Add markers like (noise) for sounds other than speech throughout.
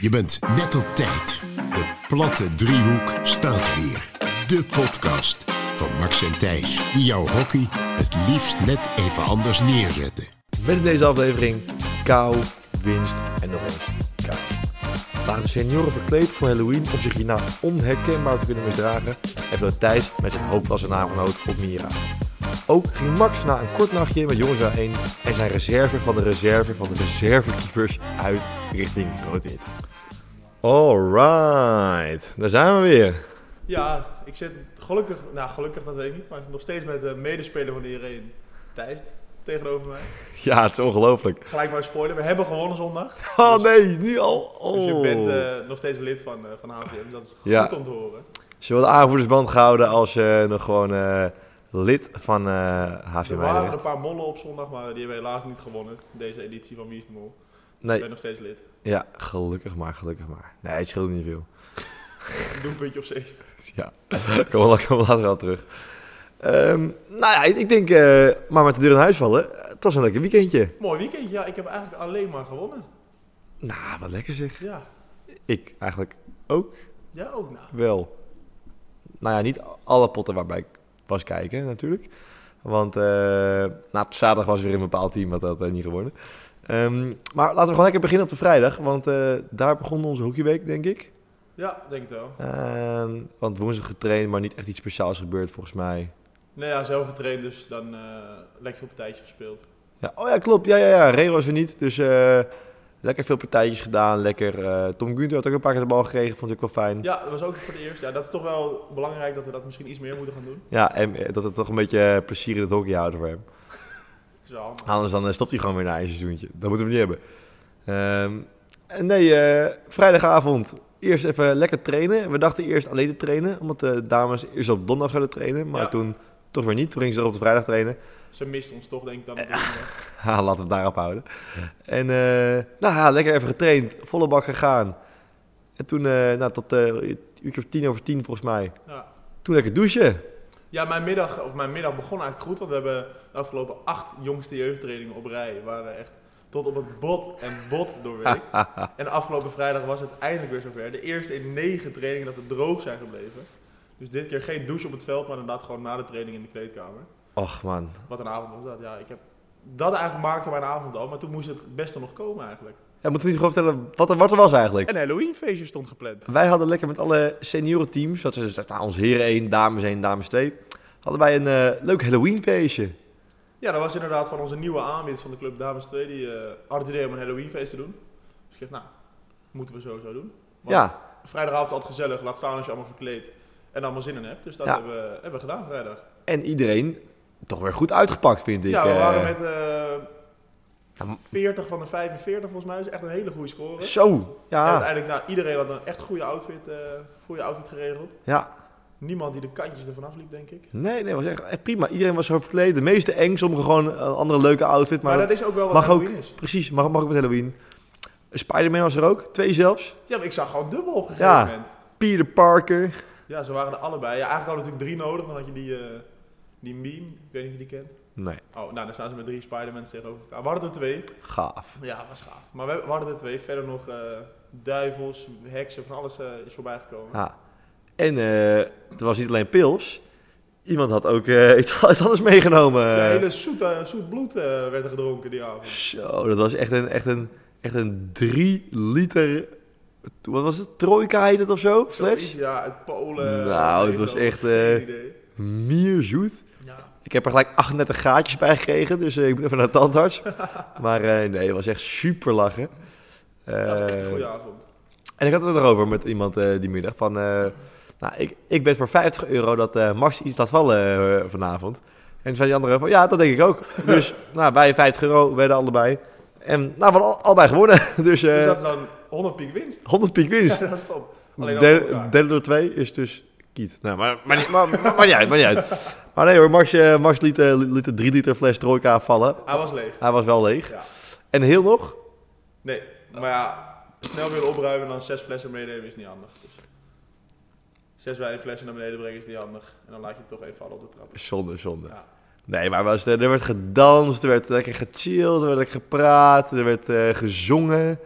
Je bent net op tijd. De platte driehoek staat weer. De podcast van Max en Thijs, die jouw hockey het liefst net even anders neerzetten. Met in deze aflevering kou, winst en nog eens kou. Laat de senioren verkleed voor Halloween om zich hierna onherkenbaar te kunnen misdragen... en vloot Thijs met zijn hoofd als een nagenoot op Mira. Ook ging Max na een kort nachtje met jongens aan 1 en zijn reserve van de reserve van de reservekeepers uit richting Roodwit. Alright, daar zijn we weer. Ja, ik zit gelukkig, nou gelukkig dat weet ik niet, maar nog steeds met de medespeler van iedereen, Thijs, tegenover mij. Ja, het is ongelooflijk. Gelijk maar spoiler, we hebben gewonnen zondag. Oh nee, nu al. Oh. Dus je bent eh, nog steeds lid van, eh van HVM, dus dat is goed Ja. om te horen. Zowel de aanvoerdersband gehouden als eh, nog gewoon eh, lid van eh HV Er waren Meijeren. een paar mollen op zondag, maar die hebben helaas niet gewonnen, deze editie van Wie is de Mol. Ik Nee, ben nog steeds lid. ja, gelukkig maar, gelukkig maar. Nee, het scheelt niet veel. Ik doe een puntje of zeven. Ja, (laughs) kom wel, kom later wel terug. Ehm, nou ja, ik, ik denk, eh, maar met de deur in huis vallen, het was een lekker weekendje. Mooi weekend, ja, ik heb eigenlijk alleen maar gewonnen. Nou, wat lekker zeg. Ja, Ik eigenlijk ook ja ook nou. wel. Nou ja, niet alle potten waarbij ik was kijken natuurlijk. Want eh, nou, op zaterdag was weer een bepaald team wat had eh, niet gewonnen. Ehm, maar laten we gewoon lekker beginnen op de vrijdag. Want eh, daar begon onze hockeyweek, denk ik. Ja, denk het wel. Ehm, want woensdag getraind, maar niet echt iets speciaals gebeurd volgens mij. Nou ja, zelf getraind, dus dan eh lekker veel partijtjes gespeeld. Ja, oh ja, klopt. Ja, ja, ja. Rero is er niet. Dus eh, lekker veel partijtjes gedaan. Lekker. eh, Tom Gunther had ook een paar keer de bal gekregen. Vond ik wel fijn. Ja, Ja, dat was ook voor het eerst. Ja, dat is toch wel belangrijk dat we dat misschien iets meer moeten gaan doen. en eh, dat het toch een beetje eh, plezier in het hockey houden voor hem. Dat is wel handig. Anders dan eh, stopt hij gewoon weer na een seizoentje. Dat moeten we niet hebben. Ehm, en nee, eh, vrijdagavond eerst even lekker trainen. We dachten eerst alleen te trainen, omdat de dames eerst op donderdag zouden trainen. Maar Ja. toen toch weer niet. Toen gingen ze er op de vrijdag trainen. (laughs) Ze mist ons toch, denk ik dan. op dit moment. Ha, laten we het daarop houden. En eh, nou ja, lekker even getraind. Volle bak gegaan. En toen, eh, nou, tot eh uurtje of tien over tien volgens mij. Ja. Toen lekker douchen. ja, mijn middag, of mijn middag begon eigenlijk goed, want we hebben de afgelopen acht jongste jeugdtrainingen op rij. waren echt tot op het bot en bot doorweekt. en afgelopen vrijdag was het eindelijk weer zover. De eerste in negen trainingen dat we droog zijn gebleven. Dus dit keer geen douche op het veld, maar inderdaad gewoon na de training in de kleedkamer. Och man. Wat een avond was dat. Ja, ik heb... Dat eigenlijk maakte mijn avond al, maar toen moest het beste nog komen eigenlijk. Ja, moeten we niet gewoon vertellen wat er, wat er was eigenlijk. Een Halloween feestje stond gepland. Wij hadden lekker met alle seniorenteams, dat is nou, ons heren 1, dames 1, dames 2, hadden wij een eh, leuk Halloween feestje. Ja, dat was inderdaad van onze nieuwe aanwinst van de club Dames 2, die eh had het idee om een Halloweenfeest te doen. Dus ik dacht, nou, moeten we sowieso doen. Want Ja, Vrijdagavond altijd gezellig, laat staan als je allemaal verkleed en allemaal zin in hebt. Dus dat Ja. hebben, we, hebben we gedaan vrijdag. en iedereen toch weer goed uitgepakt vind ik. ja, we eh. waren met eh, Ja, m- 40 van de 45 volgens mij, is echt een hele goede score. Zo, En ja, uiteindelijk, nou, iedereen had een echt goede outfit, eh, goede outfit geregeld. ja. Niemand die de kantjes ervan afliep, denk ik. Nee, nee, was echt, echt prima. Iedereen was zo verkleed. De meeste eng, sommigen gewoon een andere leuke outfit. Maar, Maar, dat is ook wel wat mag Halloween ook, is. precies, mag, mag ook met Halloween. Spider-Man was er ook, twee zelfs. Ja, maar ik zag gewoon dubbel op een gegeven Ja. moment. Peter Parker. Ja, ze waren er allebei. Ja, eigenlijk hadden we natuurlijk drie nodig. Dan had je die, eh, die meme, ik weet niet of je die kent. Nee, Oh, nou, dan staan ze met drie Spider-Mans tegenover elkaar. We hadden er twee. gaaf. Ja, was gaaf. Maar we, we hadden er twee. Verder nog eh, duivels, heksen, van alles eh, is voorbij gekomen. Ja. En eh het was niet alleen pils. Iemand had ook eh, (laughs) iets anders meegenomen. Ja, hele zoet, eh, zoet bloed eh, werd er gedronken die avond. Zo, dat was echt een, echt een, echt een drie liter... Wat was het? Trojka heet het of zo? Zoiets, Fles? Ja, uit Polen. Nou, het weet ik was wel. echt, Geen eh, idee. Mierzoet. Ja. Ik heb er gelijk 38 gaatjes bij gekregen, dus eh, ik moet even naar de (laughs) tandarts. maar eh, nee, het was echt super lachen. Ja, dat was echt een Eh, goede avond. en ik had het erover met iemand eh, die middag. Van, eh, nou, ik, ik ben voor 50 euro dat eh, Max iets laat vallen eh, vanavond. En toen zei die andere van, ja, dat denk ik ook. (laughs) Dus nou, wij 50 euro werden allebei. En nou, we hadden al- allebei gewonnen. (laughs) Dus, eh, dus dat is dan 100 piek winst. (laughs) 100 piek winst. Ja, dat is top. Alleen al voor Derde elkaar. derde door twee is dus kiet. Nou, maar, maar, niet- maar, maar, maar niet uit, maar niet uit. Maar nee hoor, Max, eh, Max liet, eh, liet de 3 liter fles trojka vallen. Hij was leeg. Hij was wel leeg. Ja. En heel nog? Nee, maar ja, snel willen opruimen en dan zes flessen meenemen is niet handig. Dus zes wijnflessen naar beneden brengen is niet handig. En dan laat je het toch even vallen op de trap. Zonde, zonde. Ja. Nee, maar was, er werd gedanst, er werd lekker gechilled, er werd lekker gepraat, er werd eh, gezongen.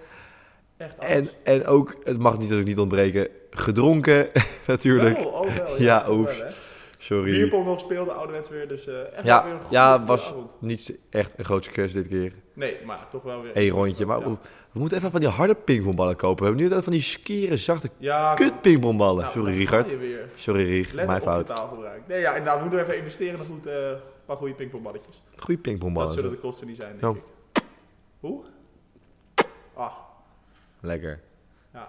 Echt alles. En, en ook, het mag natuurlijk niet ontbreken, gedronken (laughs) natuurlijk. Wel, oh, wel, Ja, wel, oeps. hè. Sorry. Bierpong nog speelde ouderwets weer, dus eh, echt Ja, wel weer een goede ja, goede was avond. niet echt een groot succes dit keer. Nee, maar toch wel weer. Eén rondje. Maar Ja. we we moeten even van die harde pingpongballen kopen. We hebben nu altijd van die skere, zachte Ja, kut pingpongballen. nou, Sorry, daar Richard. ga je weer. Sorry, Rig. Let Mijn op fout. fout. taalgebruik. Nee, ja, inderdaad, we moeten even investeren in een goed, eh, paar goede pingpongballetjes. Goeie Dat pingpongballen. zullen zo. de kosten niet zijn, denk Nou. ik. Hoe? Ach, Lekker. ja.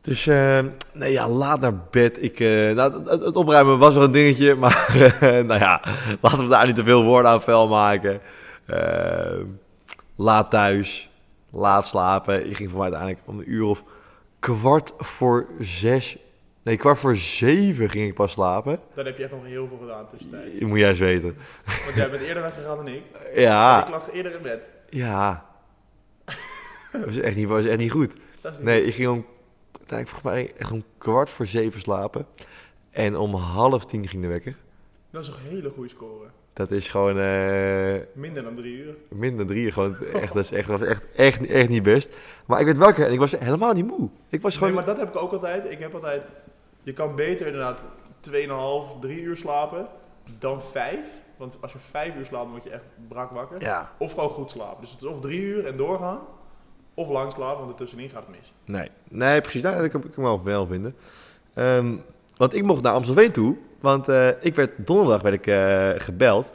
Dus, eh, nee ja, laat naar bed. Ik, eh, nou, het- het, het opruimen was wel een dingetje, (laughs) maar eh, nou ja, laten we daar niet te veel woorden aan vuil maken. Eh, laat thuis, laat slapen. Ik ging voor mij uiteindelijk om een uur of kwart voor zes, nee kwart voor zeven ging ik pas slapen. Dan heb je echt nog heel veel gedaan tussentijd. Je moet juist weten. Want jij bent eerder weggegaan dan ik. Ik Ja, lag eerder in bed. ja. Dat was echt niet, was echt niet goed. (laughs) Dat is niet Nee, ik ging om, nou, ik volgens mij echt om kwart voor zeven slapen. En om half tien ging de wekker. Dat is een hele goede score. Dat is gewoon eh, Minder dan drie uur. minder dan drieën. Gewoon echt, dat is echt, was echt, echt, echt niet best. Maar ik werd wakker en ik was helemaal niet moe. Ik was gewoon... Nee, maar dat heb ik ook altijd. Ik heb altijd... Je kan beter inderdaad 2,5, 3 uur slapen dan 5. Want als je 5 uur slaapt, dan word je echt brak wakker. Ja, Of gewoon goed slapen. Dus het is of 3 uur en doorgaan. Of lang slapen, want ertussenin gaat het mis. nee. Nee, precies. Nou, dat kan ik me wel- wel vinden. Ehm, want ik mocht naar Amstelveen toe. Want eh, ik werd donderdag werd ik, eh, gebeld.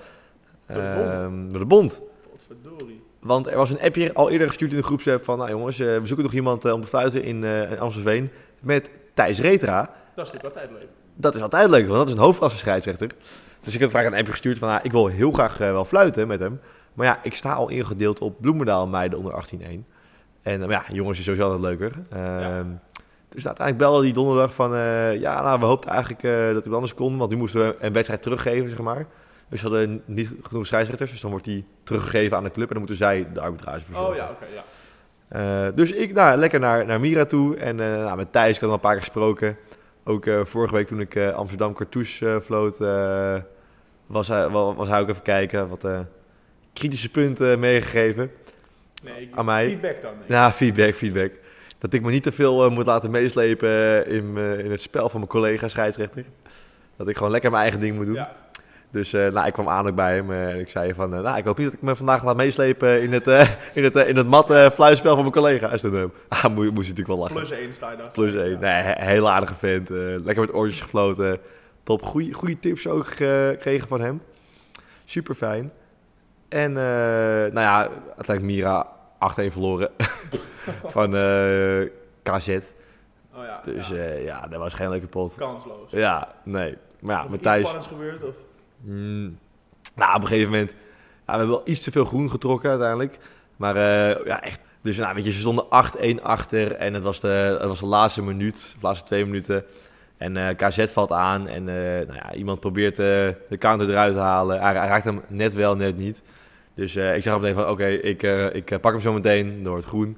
Door de bond? Ehm, door de bond. Potverdorie. Want er was een appje al eerder gestuurd in de groepsapp van... Nou jongens, eh, we zoeken nog iemand eh, om te fluiten in eh, Amstelveen met Thijs Retra. Dat is natuurlijk altijd leuk. Dat is altijd leuk, want dat is een hoofdklasse scheidsrechter. Dus ik heb vaak een appje gestuurd van, ah, ik wil heel graag eh, wel fluiten met hem. Maar ja, ik sta al ingedeeld op Bloemendaal meiden onder 18-1. En eh, maar ja, jongens is sowieso altijd leuker. Ehm, Dus uiteindelijk belde die donderdag van, eh, ja, nou, we hoopten eigenlijk eh, dat iemand anders kon. Want nu moesten we een wedstrijd teruggeven, zeg maar. Dus we hadden niet genoeg scheidsrechters, dus dan wordt die teruggegeven aan de club. En dan moeten zij de arbitrage verzorgen. Oh ja, oké, ja. Eh, dus ik, nou, lekker naar, naar Mira toe. En eh, nou, met Thijs, ik had al een paar keer gesproken. Ook eh, vorige week toen ik eh, Amsterdam Cartouche eh, floot, eh, was, hij, wa- was hij ook even kijken. Wat eh, kritische punten eh, meegegeven. Nee, ik, Aan mij. feedback dan. denk ik. Ja, feedback, feedback. Dat ik me niet te veel eh, moet laten meeslepen eh, in, eh, in het spel van mijn collega scheidsrechter. Dat ik gewoon lekker mijn eigen ding moet doen. Ja. Dus eh, nou, ik kwam aan ook bij hem eh, en ik zei van... eh, nou, ik hoop niet dat ik me vandaag laat meeslepen in het, eh, (laughs) in het, eh, in het matte eh, fluitspel van mijn collega. Hij zei, eh, ah, moe- moest hij natuurlijk wel lachen. Plus 1 sta je daar. Plus één. Nee, he- heel aardige vent. eh, lekker met oortjes gefloten. Top. Goeie, goeie tips ook eh, gekregen van hem. Super fijn. En eh, nou ja, uiteindelijk Mira 8-1 verloren (laughs) van eh, KZ. Oh ja. Dus ja. eh, ja, dat was geen leuke pot. Kansloos. Ja, nee. Maar ja, Nog iets Matthijs... spannends gebeurd of? Mm. Nou, op een gegeven moment... ja, we hebben wel iets te veel groen getrokken uiteindelijk. Maar eh, ja, echt... Dus nou, weet je, ze stonden 8-1 achter. En het was, de, het was de laatste minuut. De laatste twee minuten. En eh, KZ valt aan. En eh, nou ja, iemand probeert eh, de counter eruit te halen. Hij, hij raakt hem net wel, net niet. Dus eh, ik zag hem meteen van... Oké, ik, eh, ik eh, pak hem zo meteen door het groen.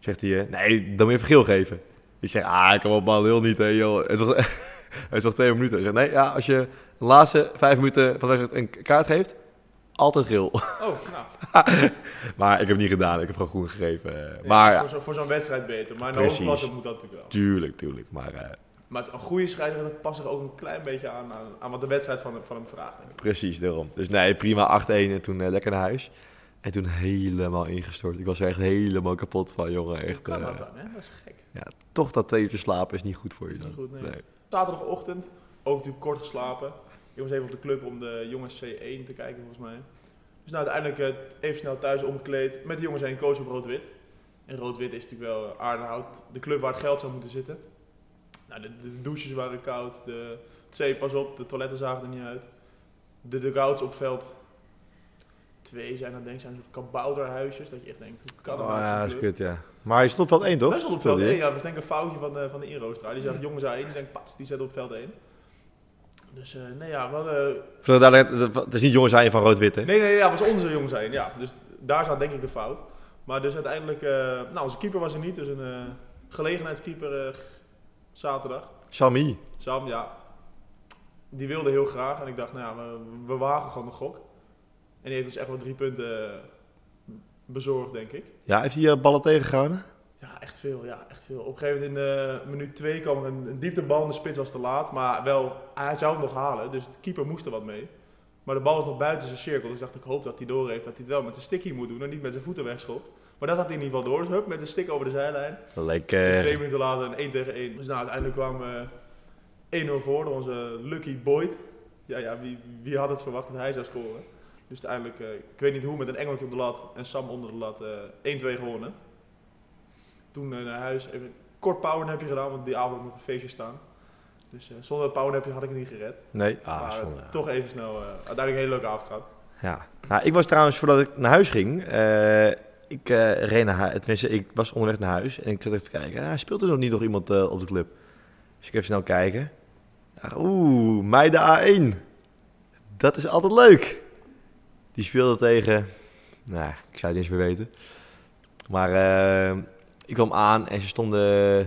Zegt hij... eh, nee, dan moet je even geel geven. Ik zeg... Ah, kom op man, lul niet hè, joh. Het was, (laughs) het was twee minuten. Hij zegt... Nee, ja, als je de laatste vijf minuten van de wedstrijd een kaart geeft, altijd geel. (laughs) Oh, nou. maar ik heb het niet gedaan, ik heb gewoon groen gegeven. Eh, Nee, maar dat is voor, zo, voor zo'n wedstrijd beter. Maar in de Precies. hoofdklasse moet dat natuurlijk wel. tuurlijk, tuurlijk. Maar eh, Maar het, een goede scheidsrechter past zich ook een klein beetje aan, aan, aan wat de wedstrijd van, hem- van hem vraagt. denk ik. precies, daarom. Dus nee, prima 8-1 en toen eh, lekker naar huis. En toen helemaal ingestort. Ik was er echt helemaal kapot van, jongen. Hoe Echt, kan eh, dat dan, hè? Dat is gek. toch dat twee uurtjes slapen is niet goed voor je. Is niet dan. goed, nee. Zaterdagochtend, ook natuurlijk kort geslapen. Ik was even op de club om de jongens C1 te kijken, volgens mij. Dus nou, uiteindelijk eh, even snel thuis omgekleed. Met de jongens heen coach op rood-wit. En rood-wit is natuurlijk wel eh, Aardenhout, de club waar het geld zou moeten zitten. Nou, de, de douches waren koud, de, het zee pas op, de toiletten zagen er niet uit. De dugouts op veld. Twee zijn dat denk ik, zijn zo'n kabouterhuisjes. Dat je echt denkt, hoe kan dat nou Oh, zo'n ja, dat is club? kut, ja. Maar je stond op veld 1, toch? Best wel op veld Speelde 1, je? ja. Dat was denk ik een foutje van de, van de inrooster. Die zag jongens aan, die denkt, pats, die zet op veld 1. Dus eh, nee, ja, wel, eh, Voor de duidelijkheid, Het is niet jongens zijn van rood-wit, hè? nee, nee, ja, was onze jongens heen, ja. Dus t- daar zat denk ik de fout. Maar dus uiteindelijk, eh, nou, onze keeper was er niet, dus een eh, gelegenheidskeeper eh, zaterdag. Sami. Sam, ja, die wilde heel graag en ik dacht, nou ja, we, we wagen gewoon de gok. En die heeft ons echt wel drie punten eh, bezorgd, denk ik. Ja, heeft hij eh, ballen tegengehouden? Ja, echt veel. Ja, echt veel. Op een gegeven moment in eh, minuut 2 kwam er een, een dieptebal. De spits was te laat. Maar wel, hij zou hem nog halen. Dus de keeper moest er wat mee. Maar de bal was nog buiten zijn cirkel. Dus ik dacht ik, hoop dat hij door heeft. Dat hij het wel met zijn stickie moet doen. En niet met zijn voeten wegschopt. Maar dat had hij in ieder geval door. Dus hup, met een stick over de zijlijn. En twee Lekker. minuten later een 1 tegen 1. Dus nou, uiteindelijk kwam eh 1-0 voor door onze Lucky Boyd. Ja, ja wie, wie had het verwacht dat hij zou scoren? Dus uiteindelijk, eh, ik weet niet hoe, met een engeltje op de lat en Sam onder de lat, eh 1-2 gewonnen. Toen eh, naar huis, even een kort powernapje gedaan, want die avond had ik nog een feestje staan. Dus eh, zonder dat powernapje had ik het niet gered. Nee, ah, maar eh, zonde. toch even snel, eh, uiteindelijk een hele leuke avond gehad. Ja. Nou, ik was trouwens, voordat ik naar huis ging, eh, ik eh, reed naar huis. Tenminste, ik was onderweg naar huis en ik zat even te kijken. Ah, speelt er nog niet nog iemand eh, op de club? Dus ik even snel kijken. Ja, Oeh, meiden A1. Dat is altijd leuk. Die speelde tegen, nou, ik zou het niet eens meer weten. Maar eh, ik kwam aan en ze stonden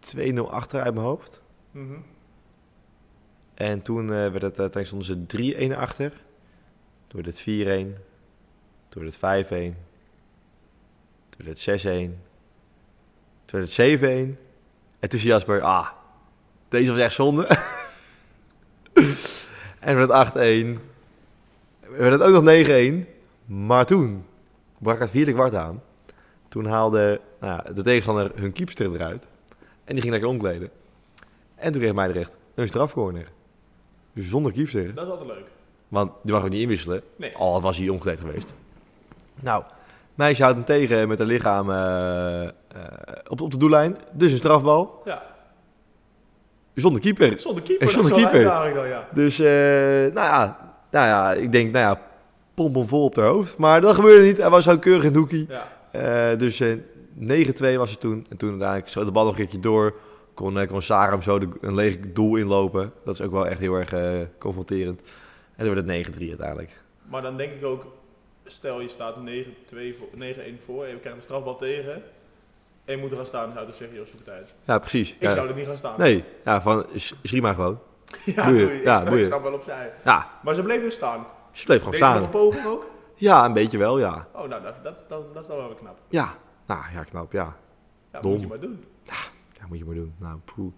2-0 achter uit mijn hoofd. Mhm. En toen eh, werd het, uiteindelijk stonden ze 3-1 achter. Toen werd het 4-1. Toen werd het 5-1. Toen werd het 6-1. Toen werd het 7-1. En toen zei Jasper, ah, deze was echt zonde. (laughs) en werd het 8-1. En werd het ook nog 9-1. Maar toen brak het vierde kwart aan. Toen haalde nou, ja, de tegenstander hun keepster eruit. En die ging lekker omkleden. En toen kreeg Meidrecht een strafcorner. Dus zonder keepster. Dat is altijd leuk. Want die mag ook niet inwisselen. Nee. Al was hij omgekleed geweest. Nou, meisje houdt hem tegen met haar lichaam eh, eh, op, op de doellijn. Dus een strafbal. Ja, Zonder keeper. zonder keeper. Zonder dat is wel keeper. uitdaging dan, ja. Dus, eh, nou, ja, nou ja, ik denk, nou ja, pomp hem vol op haar hoofd. Maar dat gebeurde niet. Hij was ook keurig in het hoekie. ja. Eh, dus eh, 9-2 was het toen. En toen uiteindelijk schoot de bal nog een keertje door. Kon, eh kon Sarah hem zo de, een leeg doel inlopen. Dat is ook wel echt heel erg eh, confronterend. En toen werd het 9-3 uiteindelijk. Maar dan denk ik ook, stel je staat 9-2 voor- 9-1 voor en je krijgt een strafbal tegen. En je moet er gaan staan, zou ik dus zeggen, Josje Partij. Ja, precies. Ik Ja. zou er niet gaan staan. Nee, ja, van, s- schiet maar gewoon. (laughs) ja, boeien. boeien. Ik Ja, sta- ik, boeien. sta wel opzij. Ja, Maar ze bleven staan. ze bleef gewoon Deed ze nog een staan. poging ook? Ja, een beetje wel, ja. Oh, nou, dat, dat, dat, dat is dan wel weer knap. Ja, nou ja, knap, ja. Ja, Dom. moet je maar doen. Ja, moet je maar doen. Nou, poeh.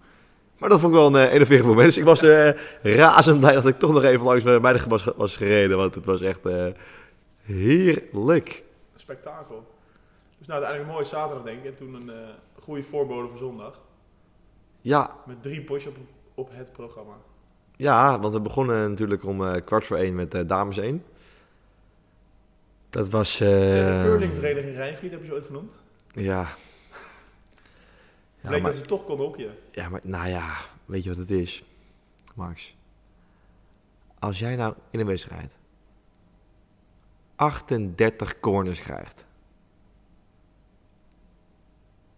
Maar dat vond ik wel een eh, enerverend moment. Dus ik was eh, razend blij dat ik toch nog even langs bij mij was, ge- was gereden. Want het was echt eh, heerlijk. Spektakel. Dus nou, uiteindelijk een mooie zaterdag denk ik. En toen een eh, goede voorbode voor zondag. Ja, Met drie potjes op, op het programma. ja, want we begonnen natuurlijk om eh, kwart voor één met eh, dames één. Dat was... de eh, curlingvereniging Rijnvliet heb je ze ooit genoemd. Ja. Ja, Bleek maar- dat ze toch konden hockeyen. Ja, maar nou ja, weet je wat het is, Max? Als jij nou in een wedstrijd 38 corners krijgt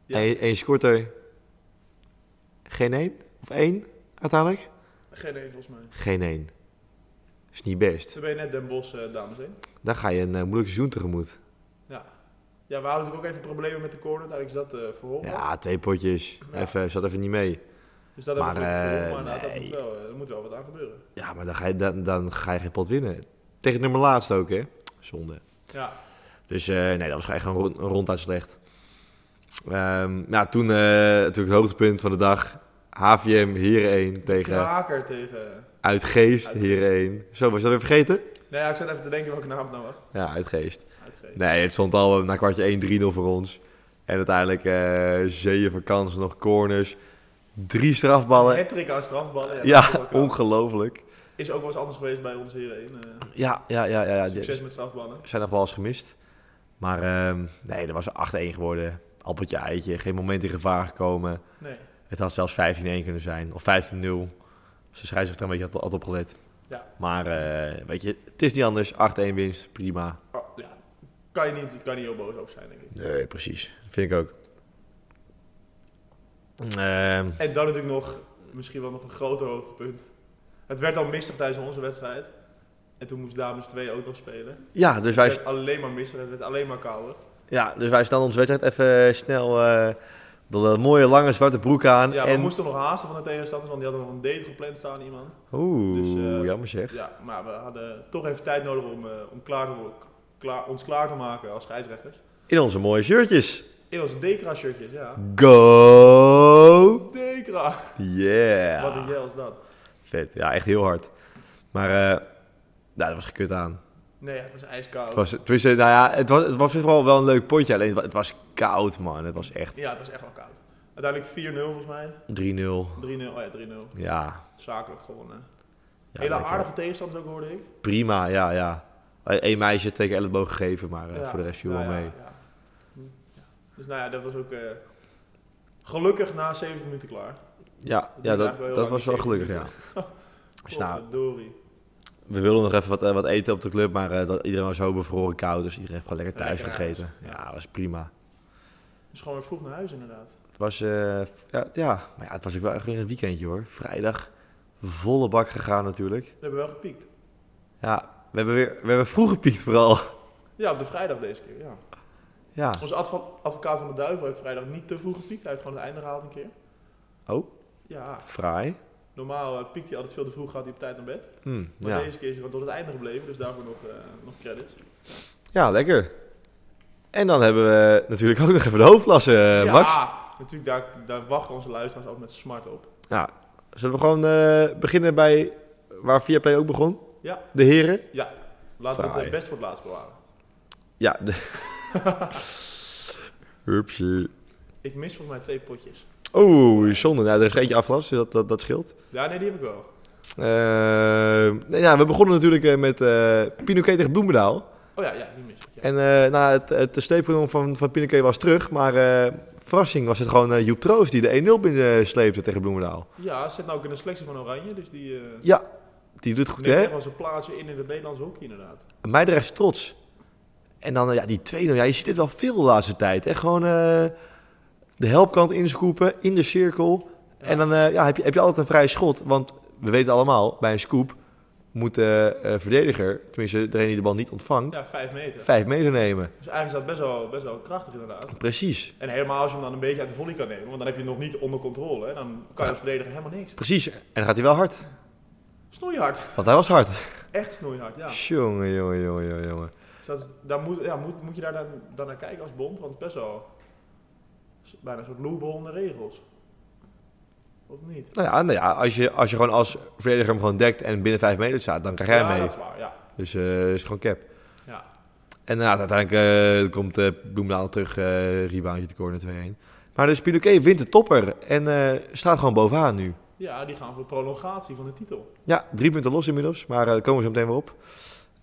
Ja. en, je, en je scoort er geen één of één uiteindelijk? Geen één volgens mij. Geen één. Is niet best. Toen ben je net Den Bosch, eh, dames en heren. Dan ga je een eh, moeilijk seizoen tegemoet. Ja. ja, we hadden natuurlijk ook even problemen met de corner. Uiteindelijk is dat eh verholpen. Ja, twee potjes. Ja. Even, zat even niet mee. dus dat hebben we maar, gelukkig eh, verholpen. Maar inderdaad, nee. dat moet wel, eh, er moet wel wat aan gebeuren. Ja, maar dan ga je, dan, dan ga je geen pot winnen. Tegen nummer laatst ook, hè? Zonde. Ja, Dus eh, nee, dat was eigenlijk gewoon rond, ronduit slecht. Ehm ja, toen eh, natuurlijk het hoogtepunt van de dag. HVM Heren 1 tegen kraker tegen... eh, Uitgeest Heren 1. Zo, was je dat weer vergeten? Nee, nou ja, ik zat even te denken welke naam het nou was. Ja, Uitgeest. Uitgeven. Nee, het stond al eh, na kwartje 1-3-0 voor ons. En uiteindelijk eh zeeën van kansen, nog corners. Drie strafballen. Hattrick aan strafballen. Ja, dat Nou, eh, Ja, is ook wel knap. ongelooflijk. is ook wel eens anders geweest bij ons hierheen. eh Ja, ja, ja. ja, ja. succes met strafballen. zijn nog wel eens gemist. Maar ehm, nee, er was 8-1 geworden. Appeltje, eitje. Geen moment in gevaar gekomen. Nee. Het had zelfs 15-1 kunnen zijn. Of 15-0. Dus de scheidsrechter een beetje had, had opgelet. Ja. Maar eh, weet je, het is niet anders. 8-1 winst, prima. Oh, ja. Kan je niet, kan je heel boos over zijn, denk ik. Nee, precies. Vind ik ook. Ehm, En dan natuurlijk nog, misschien wel nog een groter hoogtepunt. Het werd al mistig tijdens onze wedstrijd. En toen moest dames 2 ook nog spelen. ja, dus Het wij, werd alleen maar mistig, het werd alleen maar kouder. ja, dus wij snelden onze wedstrijd even snel eh, door dat mooie lange zwarte broek aan. Ja, we en... moesten nog haasten van de tegenstanders, want die hadden nog een date gepland staan iemand. Oeh, Dus, eh, jammer zeg. Ja, maar we hadden toch even tijd nodig om, eh, om klaar te, wo- klaar, ons klaar te maken als scheidsrechters. In onze mooie shirtjes. In onze Dekra-shirtjes, ja. Go! Dekra! Wat een Yeah! jel is dat? Vet, ja, echt heel hard. Maar, eh nou, dat was gekut aan. Nee, ja, het was ijskoud. Het was, tenminste, nou ja, het was, het was vooral wel een leuk potje, alleen het wa- het was koud, man. Het was echt 3-0. Ja, het was echt wel koud. Uiteindelijk 4-0 volgens mij. 3-0, oh ja, 3-0. Ja. Zakelijk gewonnen. ja Hele lekker. aardige tegenstanders ook, hoorde ik. Prima, ja, ja. Eén meisje tegen elleboog gegeven, maar eh, voor de rest viel nou wel ja, mee. ja. Hm, ja. Dus nou ja, dat was ook eh, gelukkig na 70 minuten klaar. Ja, duurde ja dat, eigenlijk wel heel dat lang, was die wel gelukkig, ja. 70 (laughs) Dus nou, Godverdorie. we wilden nog even wat, eh, wat eten op de club, maar eh, dat, iedereen was zo bevroren koud, dus iedereen heeft gewoon lekker thuis Lekker gegeten. thuis, ja. Ja, dat was prima. Dus gewoon weer vroeg naar huis inderdaad. Het was, eh, ja, ja, maar ja, het was ook wel echt weer een weekendje hoor. Vrijdag, volle bak gegaan natuurlijk. We hebben wel gepiekt. Ja, we hebben, weer, we hebben vroeg gepiekt vooral. Ja, op de vrijdag deze keer, ja. Ja, Onze adv- advocaat van de duivel heeft vrijdag niet te vroeg gepiekt. Hij heeft gewoon het einde gehaald een keer. Oh? Ja, fraai. normaal eh, piekt hij altijd veel te vroeg, gaat hij op tijd naar bed. Hm, Maar ja. deze keer is hij gewoon tot het einde gebleven, dus daarvoor nog, eh, nog credits. ja, lekker. En dan hebben we natuurlijk ook (laughs) nog even de hoofdklasse, eh, ja, Max. natuurlijk, daar, daar wachten onze luisteraars altijd met smart op. Nou, zullen we gewoon eh, beginnen bij waar Viaplay ook begon? Ja. De heren? Ja, laten we het Fraai. eh, best voor het laatst bewaren. Ja. De... (laughs) Hupsie. Ik mis volgens mij twee potjes. Oeh, zonde. Nou, er is eentje afgelast, dus dat, dat, dat scheelt. Ja, nee, die heb ik wel. Ehm, nou ja, we begonnen natuurlijk eh, met eh Pinoquet tegen Bloemendaal. Oh ja, ja die mis ik. Ja. En eh, nou, het, het steekplan van, van Pinoquet was terug, maar eh, verrassing was het gewoon eh, Joep Troost die de 1-0 binnen sleepte tegen Bloemendaal. ja, zit nou ook in de selectie van Oranje, dus die eh Ja, die doet het goed, neemt hè? echt wel zijn plaatsje in in het Nederlandse hockey inderdaad. Meidrecht is trots. En dan eh, ja, die 2-0. Ja, je ziet dit wel veel de laatste tijd. Hè? Gewoon eh, de helpkant inscoopen, in de cirkel. Ja. En dan eh, ja, heb, je, heb je altijd een vrij schot. Want we weten allemaal, bij een scoop moet de eh, verdediger, tenminste degene die de bal niet ontvangt, Ja, vijf meter. vijf meter nemen. Dus eigenlijk is dat best wel, best wel krachtig inderdaad. Precies. En helemaal als je hem dan een beetje uit de volley kan nemen, want dan heb je hem nog niet onder controle. Hè? Dan kan je als verdediger helemaal niks. Precies. En dan gaat hij wel hard. Snoeihard. (laughs) Want hij was hard. Echt snoeihard, ja. Jongen, jongen, jongen, jongen, jongen. Dus dat, is- daar moet, ja, moet, moet je daar dan, dan naar kijken als bond, want het is best wel s- bijna een soort loebel onder regels. Of niet? Nou ja, nou ja als, je, als je gewoon als verdediger hem gewoon dekt en binnen vijf meter staat, dan krijg jij ja, mee. dat is waar, ja. Dus eh is gewoon cap. ja. En nou, uiteindelijk eh, komt eh Bloemendaal terug, eh reboundje de corner 2-1. Maar dus Pinoquet wint de topper en eh, staat gewoon bovenaan nu. Ja, die gaan voor prolongatie van de titel. Ja, drie punten los inmiddels, maar eh, daar komen we zo meteen weer op.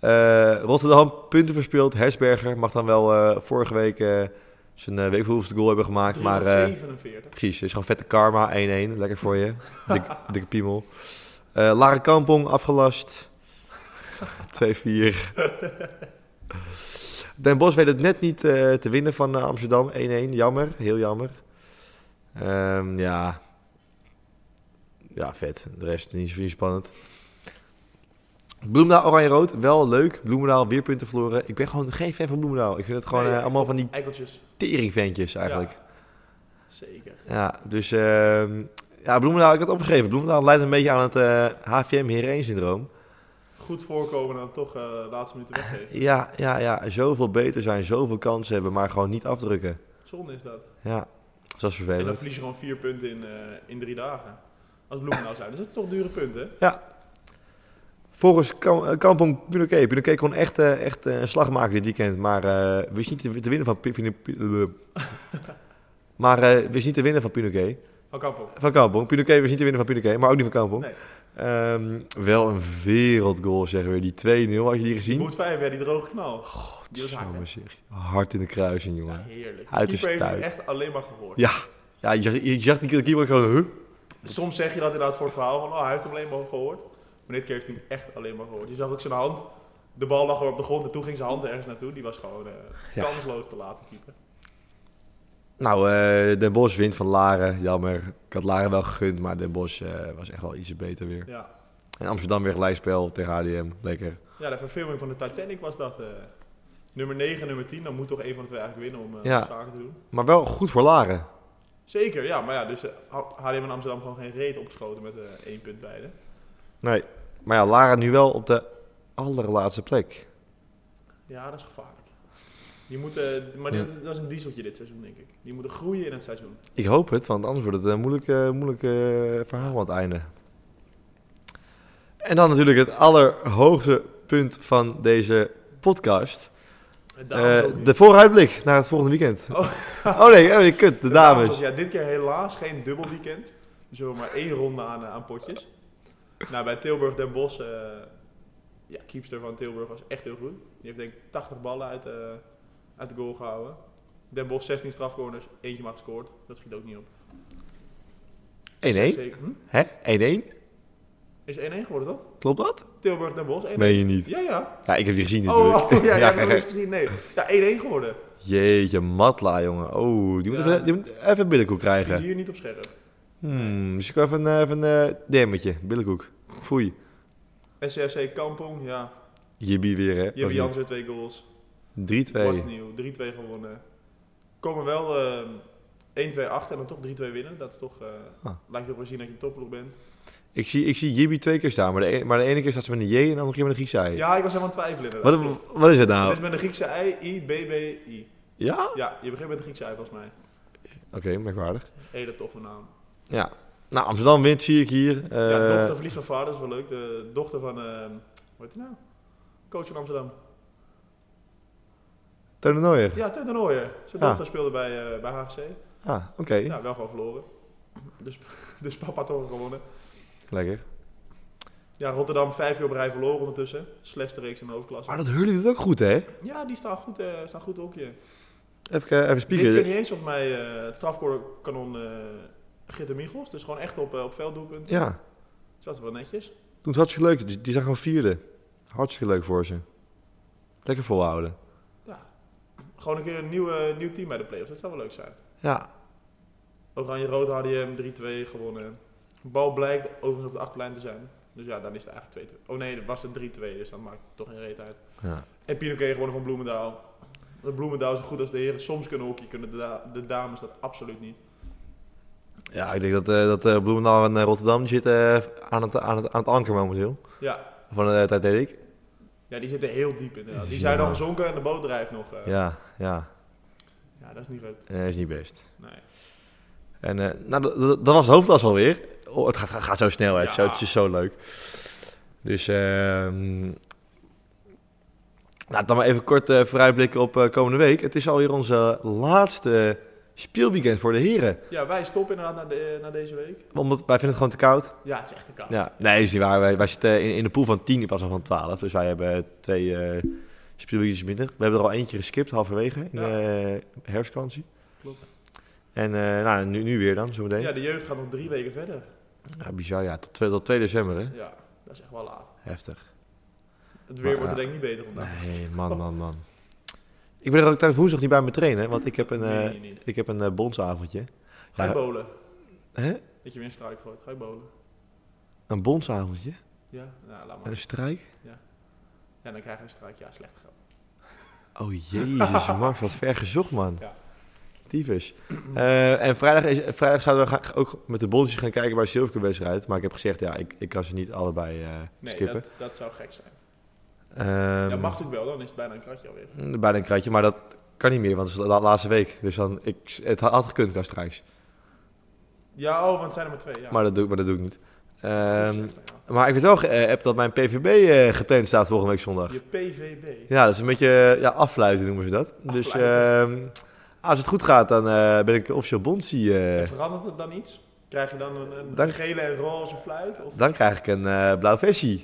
Eh, Rotterdam, punten verspeeld. Hersberger mag dan wel eh, vorige week eh, zijn uh, weekverhoefste goal hebben gemaakt. Maar eh, 347. precies, het is gewoon vette karma, 1-1. Lekker voor je, Dik, dikke piemel. Eh Laren Kampong afgelast. 2-4. Den Bos weet het net niet eh, te winnen van eh, Amsterdam. 1-1. Jammer. Heel jammer. Ehm, ja. Ja, vet. De rest niet zo spannend. Bloemendaal Oranje-Rood. Wel leuk. Bloemendaal weer punten verloren. Ik ben gewoon geen fan van Bloemendaal. Ik vind het gewoon Nee, eh, allemaal van die Eikeltjes, teringventjes eigenlijk. zeker. Ja, dus... ehm, ja, Bloemendaal. Ik had het opgegeven. Bloemendaal leidt een beetje aan het eh HVM-Heer-1-syndroom. Goed voorkomen en dan toch eh, de laatste minuten weggeven. Ja, ja, ja, zoveel beter zijn, zoveel kansen hebben, maar gewoon niet afdrukken. Zonde is dat. Ja, dus dat is En dan vervelend. verlies je gewoon vier punten in, eh, in drie dagen. Als Bloemendaal zijn. Dus dat is toch dure punten. Volgens Kam- eh, Kampong Pinoké. Pinoké kon echt, eh, echt eh, een slag maken dit weekend, maar eh, wist niet te, te winnen van Pi- Pino- Pino- Maar eh, wist niet te winnen van Pinoké. Van Kampo. Van Kampong. Pinoké wist niet te winnen van Pinoké, maar ook niet van Kampong. Nee. Ehm, wel een wereldgoal, zeggen we. Die 2-0, had je die Die gezien? moet vijf, ja, die droge knal. die was hard, hè? Jongen, zeg. Hard in de kruising, Ja, jongen. heerlijk. De Uit is keeper heeft hem stuit. echt alleen maar gehoord. Ja. Ja, je zag, je zag die keeper gewoon... Huh? Soms zeg je dat inderdaad voor het verhaal van, oh, hij heeft hem alleen maar gehoord. Maar dit keer heeft hij hem echt alleen maar gehoord. Je zag ook zijn hand. De bal lag weer op de grond en toen ging zijn hand ergens naartoe. Die was gewoon eh, Ja. kansloos te laten keeper. Nou, eh, Den Bos wint van Laren, jammer. Ik had Laren wel gegund, maar Den Bos eh, was echt wel iets beter weer. Ja. En Amsterdam weer gelijkspel tegen HDM, lekker. Ja, de verfilming van de Titanic was dat. eh, nummer 9 en nummer 10, dan moet toch een van de twee eigenlijk winnen om eh, Ja. zaken te doen. Maar wel goed voor Laren. Zeker, ja. Maar ja, dus eh, had HDM en Amsterdam gewoon geen reet opgeschoten met eh één punt beide. Nee, maar ja, Laren nu wel op de allerlaatste plek. Ja, dat is gevaarlijk. Die moeten, eh, maar dit- dat is een dieseltje dit seizoen, denk ik. Die moeten groeien in het seizoen. Ik hoop het, want anders wordt het een moeilijk, eh, moeilijk eh, verhaal aan het einde. En dan natuurlijk het allerhoogste punt van deze podcast. De Eh, dames ook de (laughs) niet. vooruitblik naar het volgende weekend. Oh. Oh, nee, oh nee, kut, de dames. ook. Ja, dit keer helaas geen dubbel weekend. Dus we hebben maar één ronde aan, eh, aan potjes. Nou, bij Tilburg Den Bosch, eh, ja, keepster van Tilburg was echt heel goed. Die heeft denk ik 80 ballen uit, eh, uit de goal gehouden. Den Bosch 16 strafcorners, eentje maar gescoord. Dat schiet ook niet op. 1-1. Zeker- hm? Hè? 1-1? Is 1-1 geworden, toch? Klopt dat? Tilburg Den Bosch 1-1. Meen je niet? Ja, ja. Ja, ik heb die gezien natuurlijk. Oh, (laughs) oh, ja, Ja, ja, ik heb ja, nog eens gezien. Nee. Ja, 1-1 geworden. Jeetje, matla, jongen. Oh, die moet, Ja. even, die moet even een billenkoek Ik zie krijgen. hier niet op scherp. Hmm, dus ik wil even een, even een eh, demmetje, billenkoek. Foei. SCFC Kampong, ja. Jibby weer, hè? Jibby Of Jans weer twee goals. niet? 3-2. Bas nieuw, 3-2 gewonnen. Komen wel eh, 1-2 achter en dan toch 3-2 winnen. Dat is toch, eh Ah. lijkt erop te zien dat je een topploeg bent. Ik zie, ik zie Jibby twee keer staan, maar de, ene, maar de ene keer staat ze met een J en de andere keer met een Griekse ei. Ja, ik was helemaal aan het twijfelen. inderdaad. Wat, wat is het nou? Het is met de Griekse I, I, B, B, I. Ja? Ja, je begint met de Griekse I volgens mij. Oké, merkwaardig. Hele toffe naam. Ja. Nou, Amsterdam wint, zie ik hier. Eh, ja, dochter verlies van vader is wel leuk. De dochter van, eh, hoe heet die nou? Coach van Amsterdam. Teun de Nooijer. Ja, Teun de Nooijer. Zijn Ah. dochter speelde bij, eh, bij HGC. Ah, oké. Ja, Nou, wel gewoon verloren. Dus, (laughs) dus papa toch gewonnen. Lekker. Ja, Rotterdam vijf keer op rij verloren ondertussen. Slechtste reeks in de hoofdklasse. Maar dat Hurley doet ook goed, hè? Ja, die staan goed, eh staan goed op je. Even, eh, even Dit keer spieken. niet eens op mij eh, het strafkorkanon eh Gitte Migos. Dus gewoon echt op, eh, op velddoelpunt. Ja, Dus dat is wel netjes. doet hartstikke leuk. Die, die zijn gewoon vierde. Hartstikke leuk voor ze. Lekker volhouden. Gewoon een keer een nieuw, eh, nieuw team bij de playoffs. Dat zou wel leuk zijn. Ja. Oranje Rood HDM 3-2 gewonnen. Bal blijkt overigens op de achterlijn te zijn. Dus ja, dan is het eigenlijk 2-2. Oh nee, dat was het 3-2, dus dat maakt toch geen reet uit. ja. En Pinoquet gewonnen van Bloemendaal. De Bloemendaal is zo goed als de heren. Soms kunnen hockey, kunnen de, da- de dames dat absoluut niet. Ja, ik denk dat, eh dat eh, Bloemendaal en eh, Rotterdam die zitten eh, aan, het, aan, het, aan het anker momenteel. Ja, Van de tijd deed ik. ja die zitten heel diep inderdaad. Die Ja. zijn al gezonken en de boot drijft nog. eh. Ja, ja. Ja, dat is niet goed. Eh, is niet best. Nee. En eh, nou, dat, dat- dat was het hoofdlas alweer. Oh, het gaat, gaat zo snel, hè. Ja. Zo, het is zo leuk. Dus, ehm nou, dan maar even kort eh, vooruitblikken op eh, komende week. Het is alweer onze laatste speelweekend voor de heren. Ja, wij stoppen inderdaad na, de, eh, na deze week. Omdat wij vinden het gewoon te koud. Ja, het is echt een kaart. Ja, nee, is niet waar. Wij, wij zitten in, in de pool van 10 in plaats van van 12. Dus wij hebben twee eh speelweekjes minder. We hebben er al eentje geskipt halverwege in Ja. de herfstvakantie. Klopt. En eh, nou, nu, nu weer dan, zometeen. Ja, de jeugd gaat nog drie weken verder. Ja, bizar, ja. Tot, twee- tot 2 december, hè? Ja, dat is echt wel laat. Heftig. Het Maar, weer wordt er ja. denk ik niet beter vandaag. Nee, man, man, man. Ik ben er ook trouwens woensdag niet bij me trainen, want ik heb een, Nee, eh, nee, niet. ik heb een eh, bondsavondje. Ga je Ja. bolen? Hè? Dat je weer een struik gooit. Ga je bolen? Een bondsavondje? Ja? Nou, laat maar. Een strijk? dus- Ja, dan krijg je een struik. Ja, slecht grap. Oh jezus, (laughs) Mark, wat ver gezocht, man. Ja. Tyfus. Eh, en vrijdag, is, vrijdag zouden we ga- ook met de bondjes gaan kijken bij de Silvercup wedstrijd. Maar ik heb gezegd, ja, ik, ik kan ze niet allebei eh, Nee, skippen. dat, dat zou gek zijn. Ehm, Ja, mag ook wel. Dan is het bijna een kratje alweer. mm, Bijna een kratje, maar dat kan niet meer, want het is de la- laatste week. Dus dan, ik, het had gekund qua strijks. Ja, oh, want het zijn er maar twee. Ja. Maar, dat doe, ik- maar dat doe ik niet. Ehm, Goed zeg, maar ik weet wel geappt dat mijn PVB eh, gepland staat volgende week zondag. ja. Je PVB. Ja, dat is een beetje eh, ja, afluiten noemen ze dat. Dus Afluiten. ehm, als het goed gaat, dan eh, ben ik officieel bonsie. eh, En Verandert het dan iets? Krijg je dan een, een Dank- gele en roze fluit? Of dan krijg ik een eh, blauw vestje.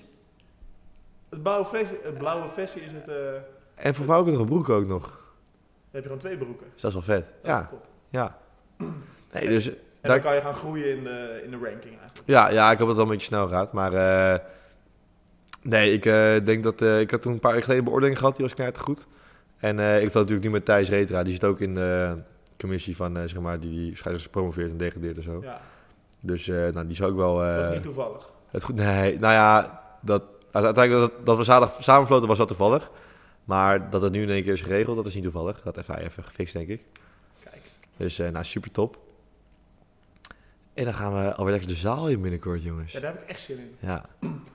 het, blauwe versie, het blauwe versie is het... eh, En voor mij ook nog een broek ook nog. dan heb je gewoon twee broeken. Dus dat is wel vet. Dat is Ja, top. ja. Nee, dus eh, En dan daar- kan je gaan groeien in de, in de ranking eigenlijk. ja, ja, ik hoop dat het wel een beetje snel gaat. Maar eh, nee, ik eh, denk dat... eh, ik had toen een paar jaar geleden een beoordeling gehad. Die was knijtergoed. En eh, ik val natuurlijk nu met Thijs Retra. Die zit ook in de commissie van, eh, zeg maar, die, die waarschijnlijk is gepromoveerd en degradeert en zo. Ja, Dus eh, nou, die zou ook wel... eh, dat is niet toevallig. Het goed, nee, nou ja, dat, uiteindelijk dat, dat we zaterdag samenvloten was wel toevallig. Maar dat het nu in één keer is geregeld, dat is niet toevallig. Dat heeft hij even gefixt, denk ik. Kijk. Dus eh, nou, super top. En dan gaan we alweer lekker de zaal in binnenkort, jongens. Ja, daar heb ik echt zin in. Ja,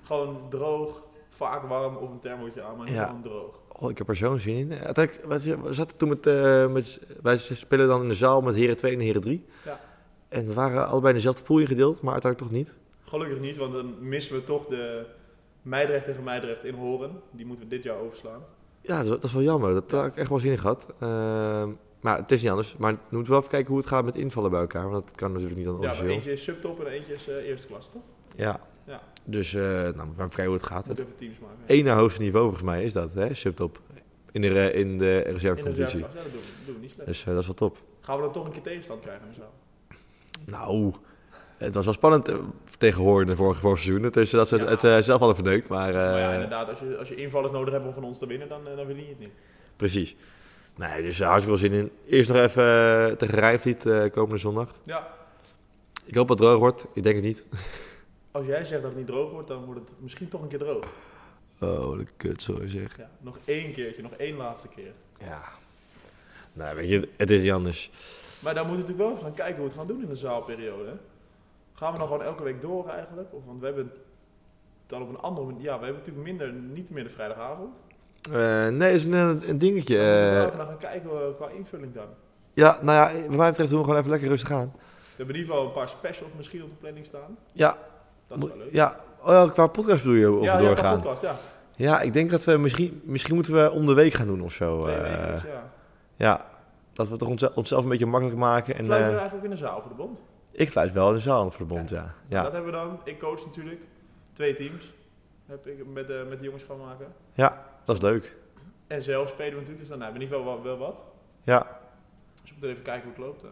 Gewoon droog, vaak warm of een thermotje aan, maar niet Ja. gewoon droog. Oh, ik heb er zo'n zin in. Uiteindelijk, wat- We zaten toen met, eh, met... Wij spelen dan in de zaal met heren 2 en heren 3. Ja. En we waren allebei in dezelfde pool ingedeeld, maar uiteindelijk toch niet. Gelukkig niet, want dan missen we toch de Meidrecht tegen Meidrecht in Horen. Die moeten we dit jaar overslaan. Ja, dat is, dat is wel jammer. Dat had ik echt wel zin in gehad. Ehm, maar het is niet anders. Maar we moeten wel even kijken hoe het gaat met invallen bij elkaar. Want dat kan natuurlijk niet dan Ja, maar officieel. eentje is subtop en eentje is eh, eerste klasse, toch? Ja. Ja. Dus eh nou, we gaan even kijken hoe het gaat. We moeten Het even teams maken. ja. ene hoogste niveau volgens mij is dat, hè? Subtop. In de, re- in de In de reservecompetitie. reserveklasse, ja, dat doen we, dat doen we niet slecht. Dus eh, dat is wel top. Gaan we dan toch een keer tegenstand krijgen in de zaal? Nou, het was wel spannend eh, tegen Hoorn vorig, vorig seizoen. Het is dat ze Ja. het eh, zelf hadden verneukt, maar... eh, maar ja, inderdaad, als je, als je invallers nodig hebt om van ons te winnen, dan, eh, dan win je het niet. Precies. Nee, dus eh, hartstikke veel zin in. Eerst nog even eh, tegen Rijnvliet eh, komende zondag. Ja, Ik hoop dat het droog wordt. Ik denk het niet. als jij zegt dat het niet droog wordt, dan wordt het misschien toch een keer droog. Oh, de kut, zo zeg. Ja, nog één keertje, nog één laatste keer. Ja. Nou, weet je, het is niet anders. Maar dan moeten we natuurlijk wel even gaan kijken hoe we het gaan doen in de zaalperiode. hè. Gaan we dan gewoon elke week door eigenlijk? Of, want we hebben dan op een andere manier... Ja, we hebben natuurlijk minder, niet meer de vrijdagavond. Dus Eh, nee, het is een, een dingetje. Dan moeten we wel eh. even naar gaan kijken eh, qua invulling dan. ja, nou ja, wat mij betreft doen we gewoon even lekker rustig aan. We hebben in ieder geval een paar specials misschien op de planning staan. Ja, Dat is wel mo- leuk. ja. Oh ja, qua podcast bedoel je, of ja, we ja, qua doorgaan? podcast, ja. Ja, ik denk dat we misschien, misschien moeten we om de week gaan doen of zo. Twee eh. weken, dus ja. ja, dat we toch onszelf, onszelf een beetje makkelijk maken. En, Fluiten we eh, eigenlijk ook in de zaal voor de bond? ik fluit wel in de zaal verbond, ja. Ja, Dat hebben we dan. Ik coach natuurlijk. Twee teams. Heb ik met, eh, met de jongens gaan maken. dat is leuk. En zelf spelen we natuurlijk. Dus dan hebben we in ieder geval wel, wel wat. Ja, Dus we moeten even kijken hoe het loopt. eh.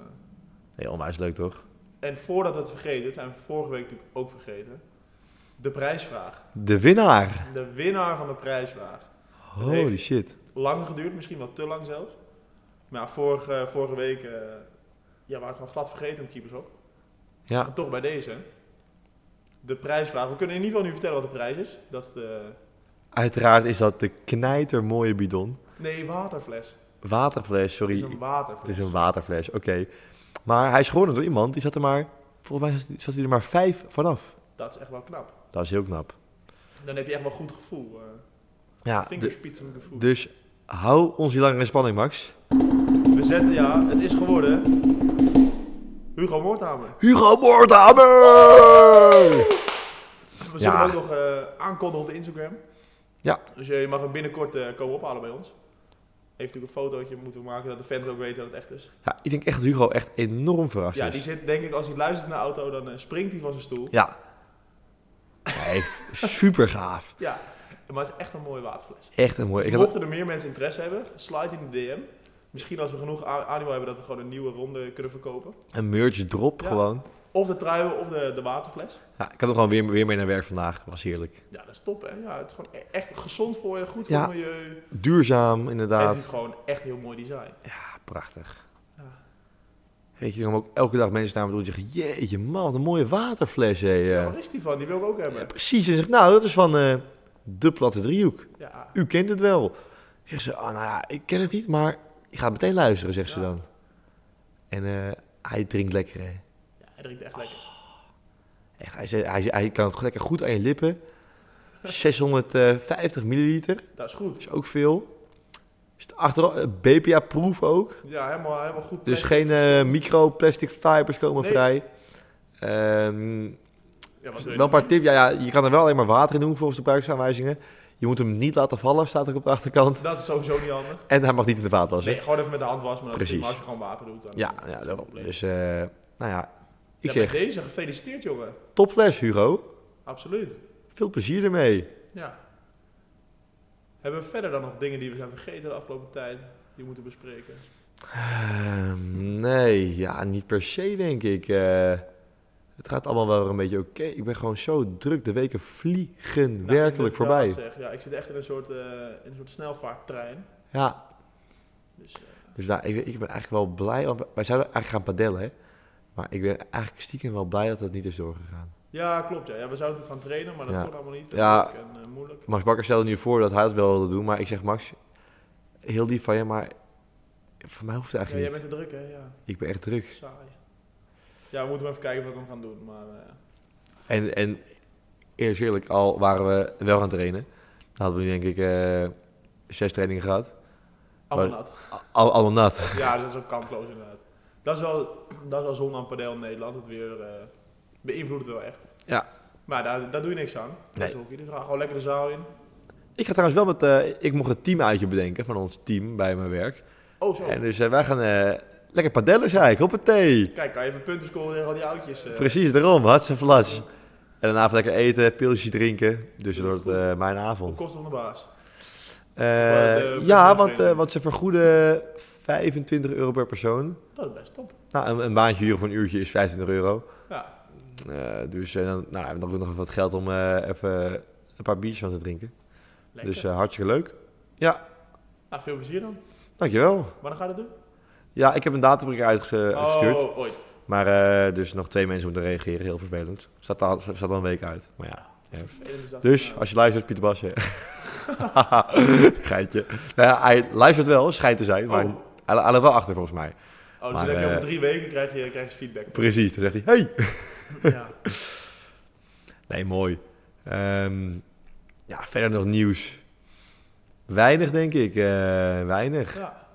nee, onwijs leuk toch? En voordat we het vergeten, dat zijn we vorige week natuurlijk ook vergeten. De prijsvraag. De winnaar. De winnaar van de prijsvraag. Holy heeft- shit. Lang geduurd, misschien wel te lang zelfs. Maar ja, vorige, vorige week eh, ja, waren we het gewoon glad vergeten in het keepershok. Ja, Maar toch bij deze. De prijsvraag. We kunnen in ieder geval nu vertellen wat de prijs is. Dat is de... uiteraard is dat de knijtermooie bidon. Nee, waterfles. Waterfles, Het is sorry. een Het waterfles. is een waterfles, oké. Maar hij is gewonnen door iemand, die zat er maar... Volgens mij zat- zat hij er maar vijf vanaf. Dat is echt wel knap. Dat is heel knap. Dan heb je echt wel goed gevoel. eh. Ja, du- Vingerspitsen gevoel. dus hou ons hier langer in spanning, Max. We zetten, ja, het is geworden. Hugo Moordhamer. Hugo Boorthamer! We zullen Ja. hem ook nog eh, aankondigen op de Instagram. Ja. Dus je, je mag hem binnenkort eh, komen ophalen bij ons. Heeft natuurlijk een fotootje moeten maken dat de fans ook weten dat het echt is. Ja, ik denk echt dat Hugo echt enorm verrast ja, is. die zit denk ik als hij luistert naar de auto, dan eh, springt hij van zijn stoel. Ja. Nee, super gaaf. Ja. Maar het is echt een mooie waterfles. Echt een mooi. Ik had, Mochten er meer mensen interesse hebben, slide in de DM. Misschien als we genoeg a- animo hebben dat we gewoon een nieuwe ronde kunnen verkopen. een merge drop Ja. gewoon. Of de trui of de, de waterfles. Ja, ik had hem gewoon weer, weer mee naar werk vandaag. Was heerlijk. Ja, dat is top hè. Ja, het is gewoon e- echt gezond voor je, goed voor Ja. het milieu. Duurzaam, En inderdaad. het is gewoon echt heel mooi design. Ja, prachtig. Ja. Weet je, dan komen ook elke dag mensen naar me toe en zeggen... Jeetje man, wat een mooie waterfles, hé. Ja, Ja, waar Oh, is die van? Die wil ik ook hebben. precies. En zegt, nou, dat is van eh, de platte driehoek. Ja, U kent het wel. Zegt ze, ah nou ja, ik ken het niet, maar ik ga het meteen luisteren, zegt ze Ja. dan. En eh, hij drinkt lekker, hè. ja hij drinkt echt lekker. Echt, hij, zei- hij, zei- hij kan lekker goed aan je lippen. 650 milliliter, Dat is goed. is ook veel. Is het eh, achteraf, BPA-proof ook. Ja, helemaal, helemaal goed. Dus Nee, geen eh, micro-plastic fibers komen Nee. vrij. Ehm, ja, wat wil je wel een paar doen? tips. Ja, ja, je kan er wel alleen maar water in doen volgens de gebruiksaanwijzingen. Je moet hem niet laten vallen, staat ook op de achterkant. Dat is sowieso niet handig. En hij mag niet in de vaatwasser. Nee, gewoon even met de hand wassen, maar dat is Precies. prima als je gewoon water doet. Dan Ja, dan is ja het daarom. geen probleem. Dus, eh, nou ja, ik Ja, zeg met deze, gefeliciteerd jongen. topfles, Hugo. Absoluut. Veel plezier ermee. Ja. Hebben we verder dan nog dingen die we zijn vergeten de afgelopen tijd, die we moeten bespreken? Ehm, nee, ja, niet per se, denk ik. Eh, het gaat allemaal wel weer een beetje oké. Ik ben gewoon zo druk. De weken vliegen Nou, werkelijk inderdaad, voorbij. Zeg. Ja, ik zit echt in een soort, eh, in een soort snelvaarttrein. Ja, Dus, eh, dus nou, ik, ik ben eigenlijk wel blij. Want wij zouden eigenlijk gaan padellen, hè. Maar ik ben eigenlijk stiekem wel blij dat dat niet is doorgegaan. ja, klopt. Ja. ja, we zouden natuurlijk gaan trainen, maar dat Ja. kon allemaal niet. Ja. Druk En eh, moeilijk. Max Bakker stelde nu voor dat hij het wel wilde doen. Maar ik zeg, Max, heel lief van je, maar voor mij hoeft het Ja, jij eigenlijk bent niet. te druk, hè? Ja. Ik ben echt druk. Saai. Ja, we moeten maar even kijken wat we dan gaan doen. Maar eh, En, en eerlijk, al waren we wel gaan trainen. Dan hadden we nu denk ik eh, zes trainingen gehad. Allemaal Maar- nat. (laughs) Al, allemaal nat. Ja, dus dat is ook kansloos inderdaad. Dat is wel, dat is wel zonde aan padel in Nederland. Het weer eh, beïnvloedt het wel echt. Ja. Maar daar, daar doe je niks aan. Dat is Nee. ook ieder verhaal. Gewoon lekker de zaal in. Ik ga trouwens wel met... eh, ik mocht het team uitje bedenken van ons team bij mijn werk. Oh zo. En dus eh, wij gaan eh, lekker padellen, zei ik. Hoppatee. Kijk, kan je even punten scoren tegen al die oudjes. eh. Precies, daarom. Hartstikke flas. En daarna even lekker eten, pilsje drinken. Dus dat wordt eh, mijn Op avond. kosten van de baas. Eh, de- de- ja, de- want, eh, want ze vergoeden 25 euro per persoon. Dat is best top. Nou, een, een baantje huren voor een uurtje is 25 euro. Ja. Eh, dus eh, dan, nou, hebben we ook nog even wat geld om eh, even een paar biertjes van te drinken. Lekker. Dus eh, hartstikke leuk. Ja, Nou, veel plezier dan. dankjewel. Wanneer ga je dat doen? Ja, ik heb een databriek uitge- uitgestuurd. Oh, ooit. Maar eh, dus nog twee mensen moeten reageren. Heel vervelend. Staat al, staat al een week uit. Maar ja. Vervelend is dat. Dus, Nou, als je luistert, Pieter Basje. (laughs) Geitje. Nou ja, hij luistert wel, schijnt te zijn, maar Oh. hij hij loopt wel achter volgens mij. Oh, dus maar, dan heb je eh, over drie weken krijg je, krijg je feedback. Precies, dan zegt hij, hey. (laughs) ja. Nee, mooi. Ehm, ja, verder nog nieuws. Weinig, denk ik. eh, weinig. Ja.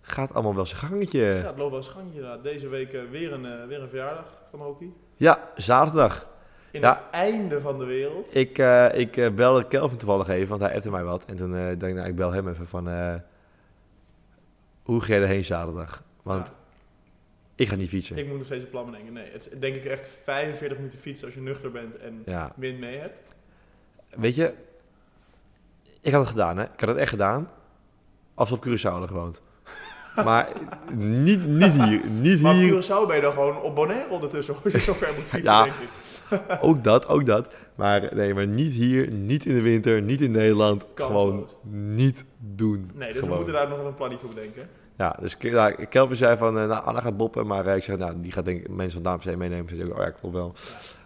Gaat allemaal wel zijn gangetje. ja, Ja, het loopt wel eens gangje inderdaad. Deze week eh, weer, een, eh, weer een verjaardag van hockey. zaterdag. In Ja. het einde van de wereld. Ik, eh, ik eh, belde Kelvin toevallig even, want hij appte mij wat. En toen eh dacht ik, nou, ik bel hem even van... eh, hoe ga je erheen zaterdag? Want Ja, ik ga niet fietsen. ik moet nog steeds een plan bedenken. Nee, het is denk ik echt 45 minuten fietsen als je nuchter bent en Ja. wind mee hebt. Weet je, ik had het gedaan, hè? Ik had het echt gedaan. Als we op Curaçao hadden (laughs) gewoond. Maar niet, niet hier. Niet Maar op hier. Curaçao ben je dan gewoon op Bonaire ondertussen (laughs) als je zo ver moet fietsen, Ja. denk ik. Ook dat, ook dat. Maar nee, maar niet hier. Niet in de winter. Niet in Nederland. Kansloos. Gewoon niet doen. Nee, dus we Gewoon. moeten daar nog een planning voor bedenken. Ja, dus Ke- ja, Kelvin zei van, eh, nou, Anna gaat boppen. Maar eh, ik zeg, nou, die gaat denk ik mensen van Dames heen meenemen. Zei hij ook, oh ja, klopt wel.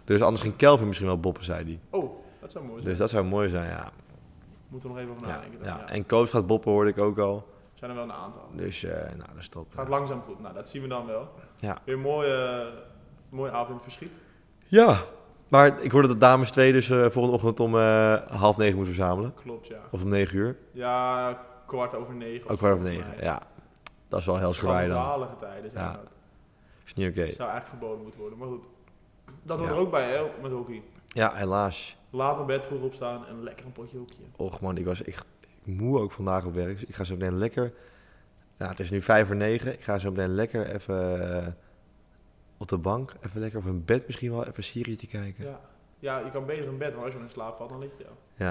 Dus anders ging Kelvin misschien wel boppen, zei hij. Oh, dat zou mooi zijn. Dus dat zou mooi zijn, ja. Moeten we nog even over ja, nadenken. dan, ja. ja. En Koos gaat boppen, hoorde ik ook al. Zijn er wel een aantal. Dus, eh, nou, dat is top. Gaat langzaam goed. Nou, dat zien we dan wel. Ja. Weer een mooie, mooie avond in het verschiet. Ja, maar ik hoorde dat dames 2 dus eh, volgende ochtend om eh, half negen moeten verzamelen. Klopt, ja. Of om negen uur. Ja, kwart over negen. of Ook kwart over zo, negen. volgens mij. Ja, dat is wel heel schraai dan. Schandalige tijden zijn Ja. dat. Is niet oké. Zou eigenlijk verboden moeten worden. Maar goed, dat hoort Ja. er ook bij hè, met hockey. Ja, helaas. Laat naar bed, vroeg opstaan en lekker een potje hockey. Och man, ik was echt moe ook vandaag op werk. Dus ik ga zo meteen lekker... Nou, het is nu vijf voor negen. Ik ga zo meteen lekker even eh, op de bank. Even lekker op een bed misschien wel. Even een serietje kijken. Ja. Ja. ja, je kan beter in bed, want als je in slaap valt, dan lig je. al.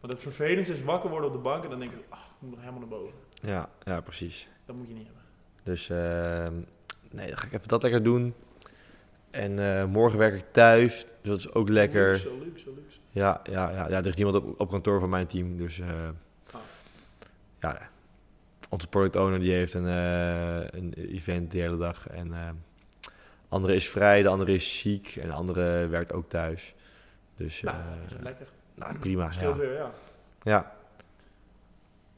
Want het vervelendste is wakker worden op de bank en dan denk je, ach, ik moet nog helemaal naar boven. Ja, ja, precies. Dat moet je niet hebben. Dus ehm, nee, dan ga ik even dat lekker doen. En eh, morgen werk ik thuis. Dus dat is ook lekker. Luxe, luxe, luxe. Ja, ja, ja, ja, er is niemand op, op kantoor van mijn team. Dus eh, Ah. ja, onze product owner die heeft een, eh, een event de hele dag. En eh, andere is vrij, de andere is ziek en de andere werkt ook thuis. Dus eh, Nou, is het lekker. nou, prima. Ja. Scheelt weer, ja. ja,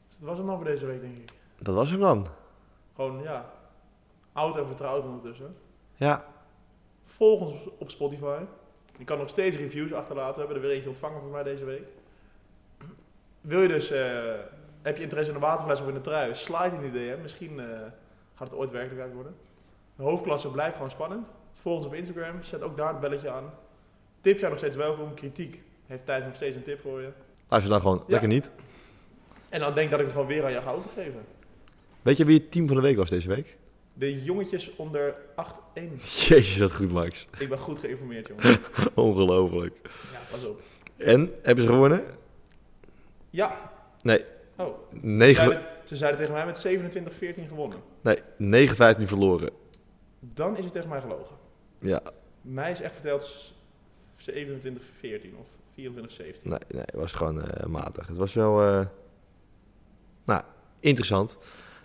Dus dat was hem dan voor deze week, denk ik. dat was hem dan. Gewoon, ja, oud en vertrouwd ondertussen. Ja, Volg ons op Spotify. Je kan nog steeds reviews achterlaten. We hebben er weer eentje ontvangen voor mij deze week. Wil je dus, eh, heb je interesse in een waterfles of in een trui? Slide in die DM. Misschien eh, gaat het ooit werkelijkheid worden. De hoofdklasse blijft gewoon spannend. Volg ons op Instagram. Zet ook daar het belletje aan. Tips zijn nog steeds welkom. Kritiek heeft Thijs nog steeds een tip voor je. als je dan gewoon Ja. lekker niet. En dan denk ik dat ik het gewoon weer aan jou ga overgeven. Weet je wie het team van de week was deze week? (laughs) De jongetjes onder 8-1. Jezus, dat goed, Max. (laughs) Ik ben goed geïnformeerd, jongen. Ongelooflijk. Ja, pas op. En, hebben ze gewonnen? Ja. Nee. Oh. Ze 9, zeiden, ze zeiden tegen mij met 27-14 gewonnen. nee, 9-5 nu verloren. Dan is het tegen mij gelogen. Ja, Mij is echt verteld s- 27-14 of 24-17. Nee, nee, het was gewoon eh, matig. Het was wel, eh, nou, interessant.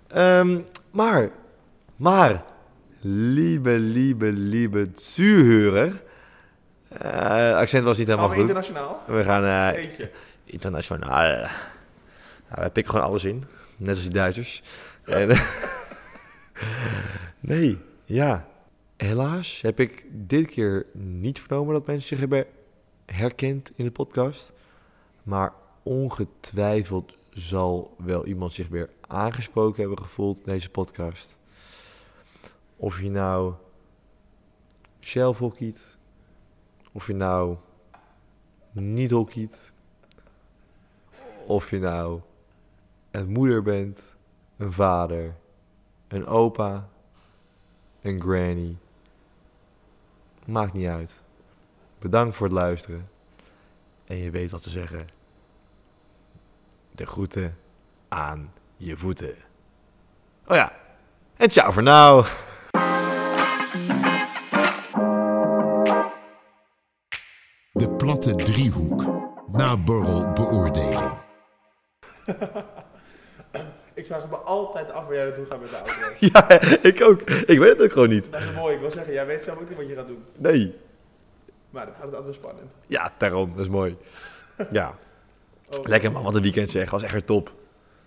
Ehm, maar, maar, lieve, lieve, lieve zuurhurer. Eh, accent was niet Gaan helemaal we goed. internationaal? We gaan eh, Eentje. internationaal. eh, Nou, wij pikken gewoon alles in. Net als die Duitsers. En, (laughs) nee, ja. Helaas heb ik dit keer niet vernomen dat mensen zich hebben herkend in de podcast. Maar ongetwijfeld zal wel iemand zich weer aangesproken hebben gevoeld in deze podcast. Of je nou zelf hockeyt, of je nou niet hockeyt, of je nou een moeder bent, een vader, een opa, een granny. Maakt niet uit. Bedankt voor het luisteren. En je weet wat te zeggen. De groeten aan je voeten. Oh ja, en ciao voor nou. (laughs) De platte driehoek. Naborrel beoordeling. Ik vraag me altijd af waar jij naartoe gaat met de auto. Ja, ik ook. Ik weet het ook gewoon niet. Dat is mooi. Ik wil zeggen, jij weet zelf ook niet wat je gaat doen. Nee. Maar dat houdt het altijd wel spannend. Ja, daarom. Dat is mooi. Ja. Oh. Lekker man, wat een weekend zeg. Was echt weer top.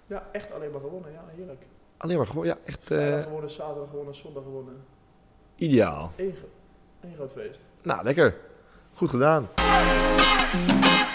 Ja, echt alleen maar gewonnen. Ja, Eh. heerlijk. Alleen maar gewoon, ja, echt Vrijdag eh, gewonnen, zaterdag gewonnen, zondag gewonnen. ideaal. Eén, gro- één groot feest. Nou, lekker. Goed gedaan.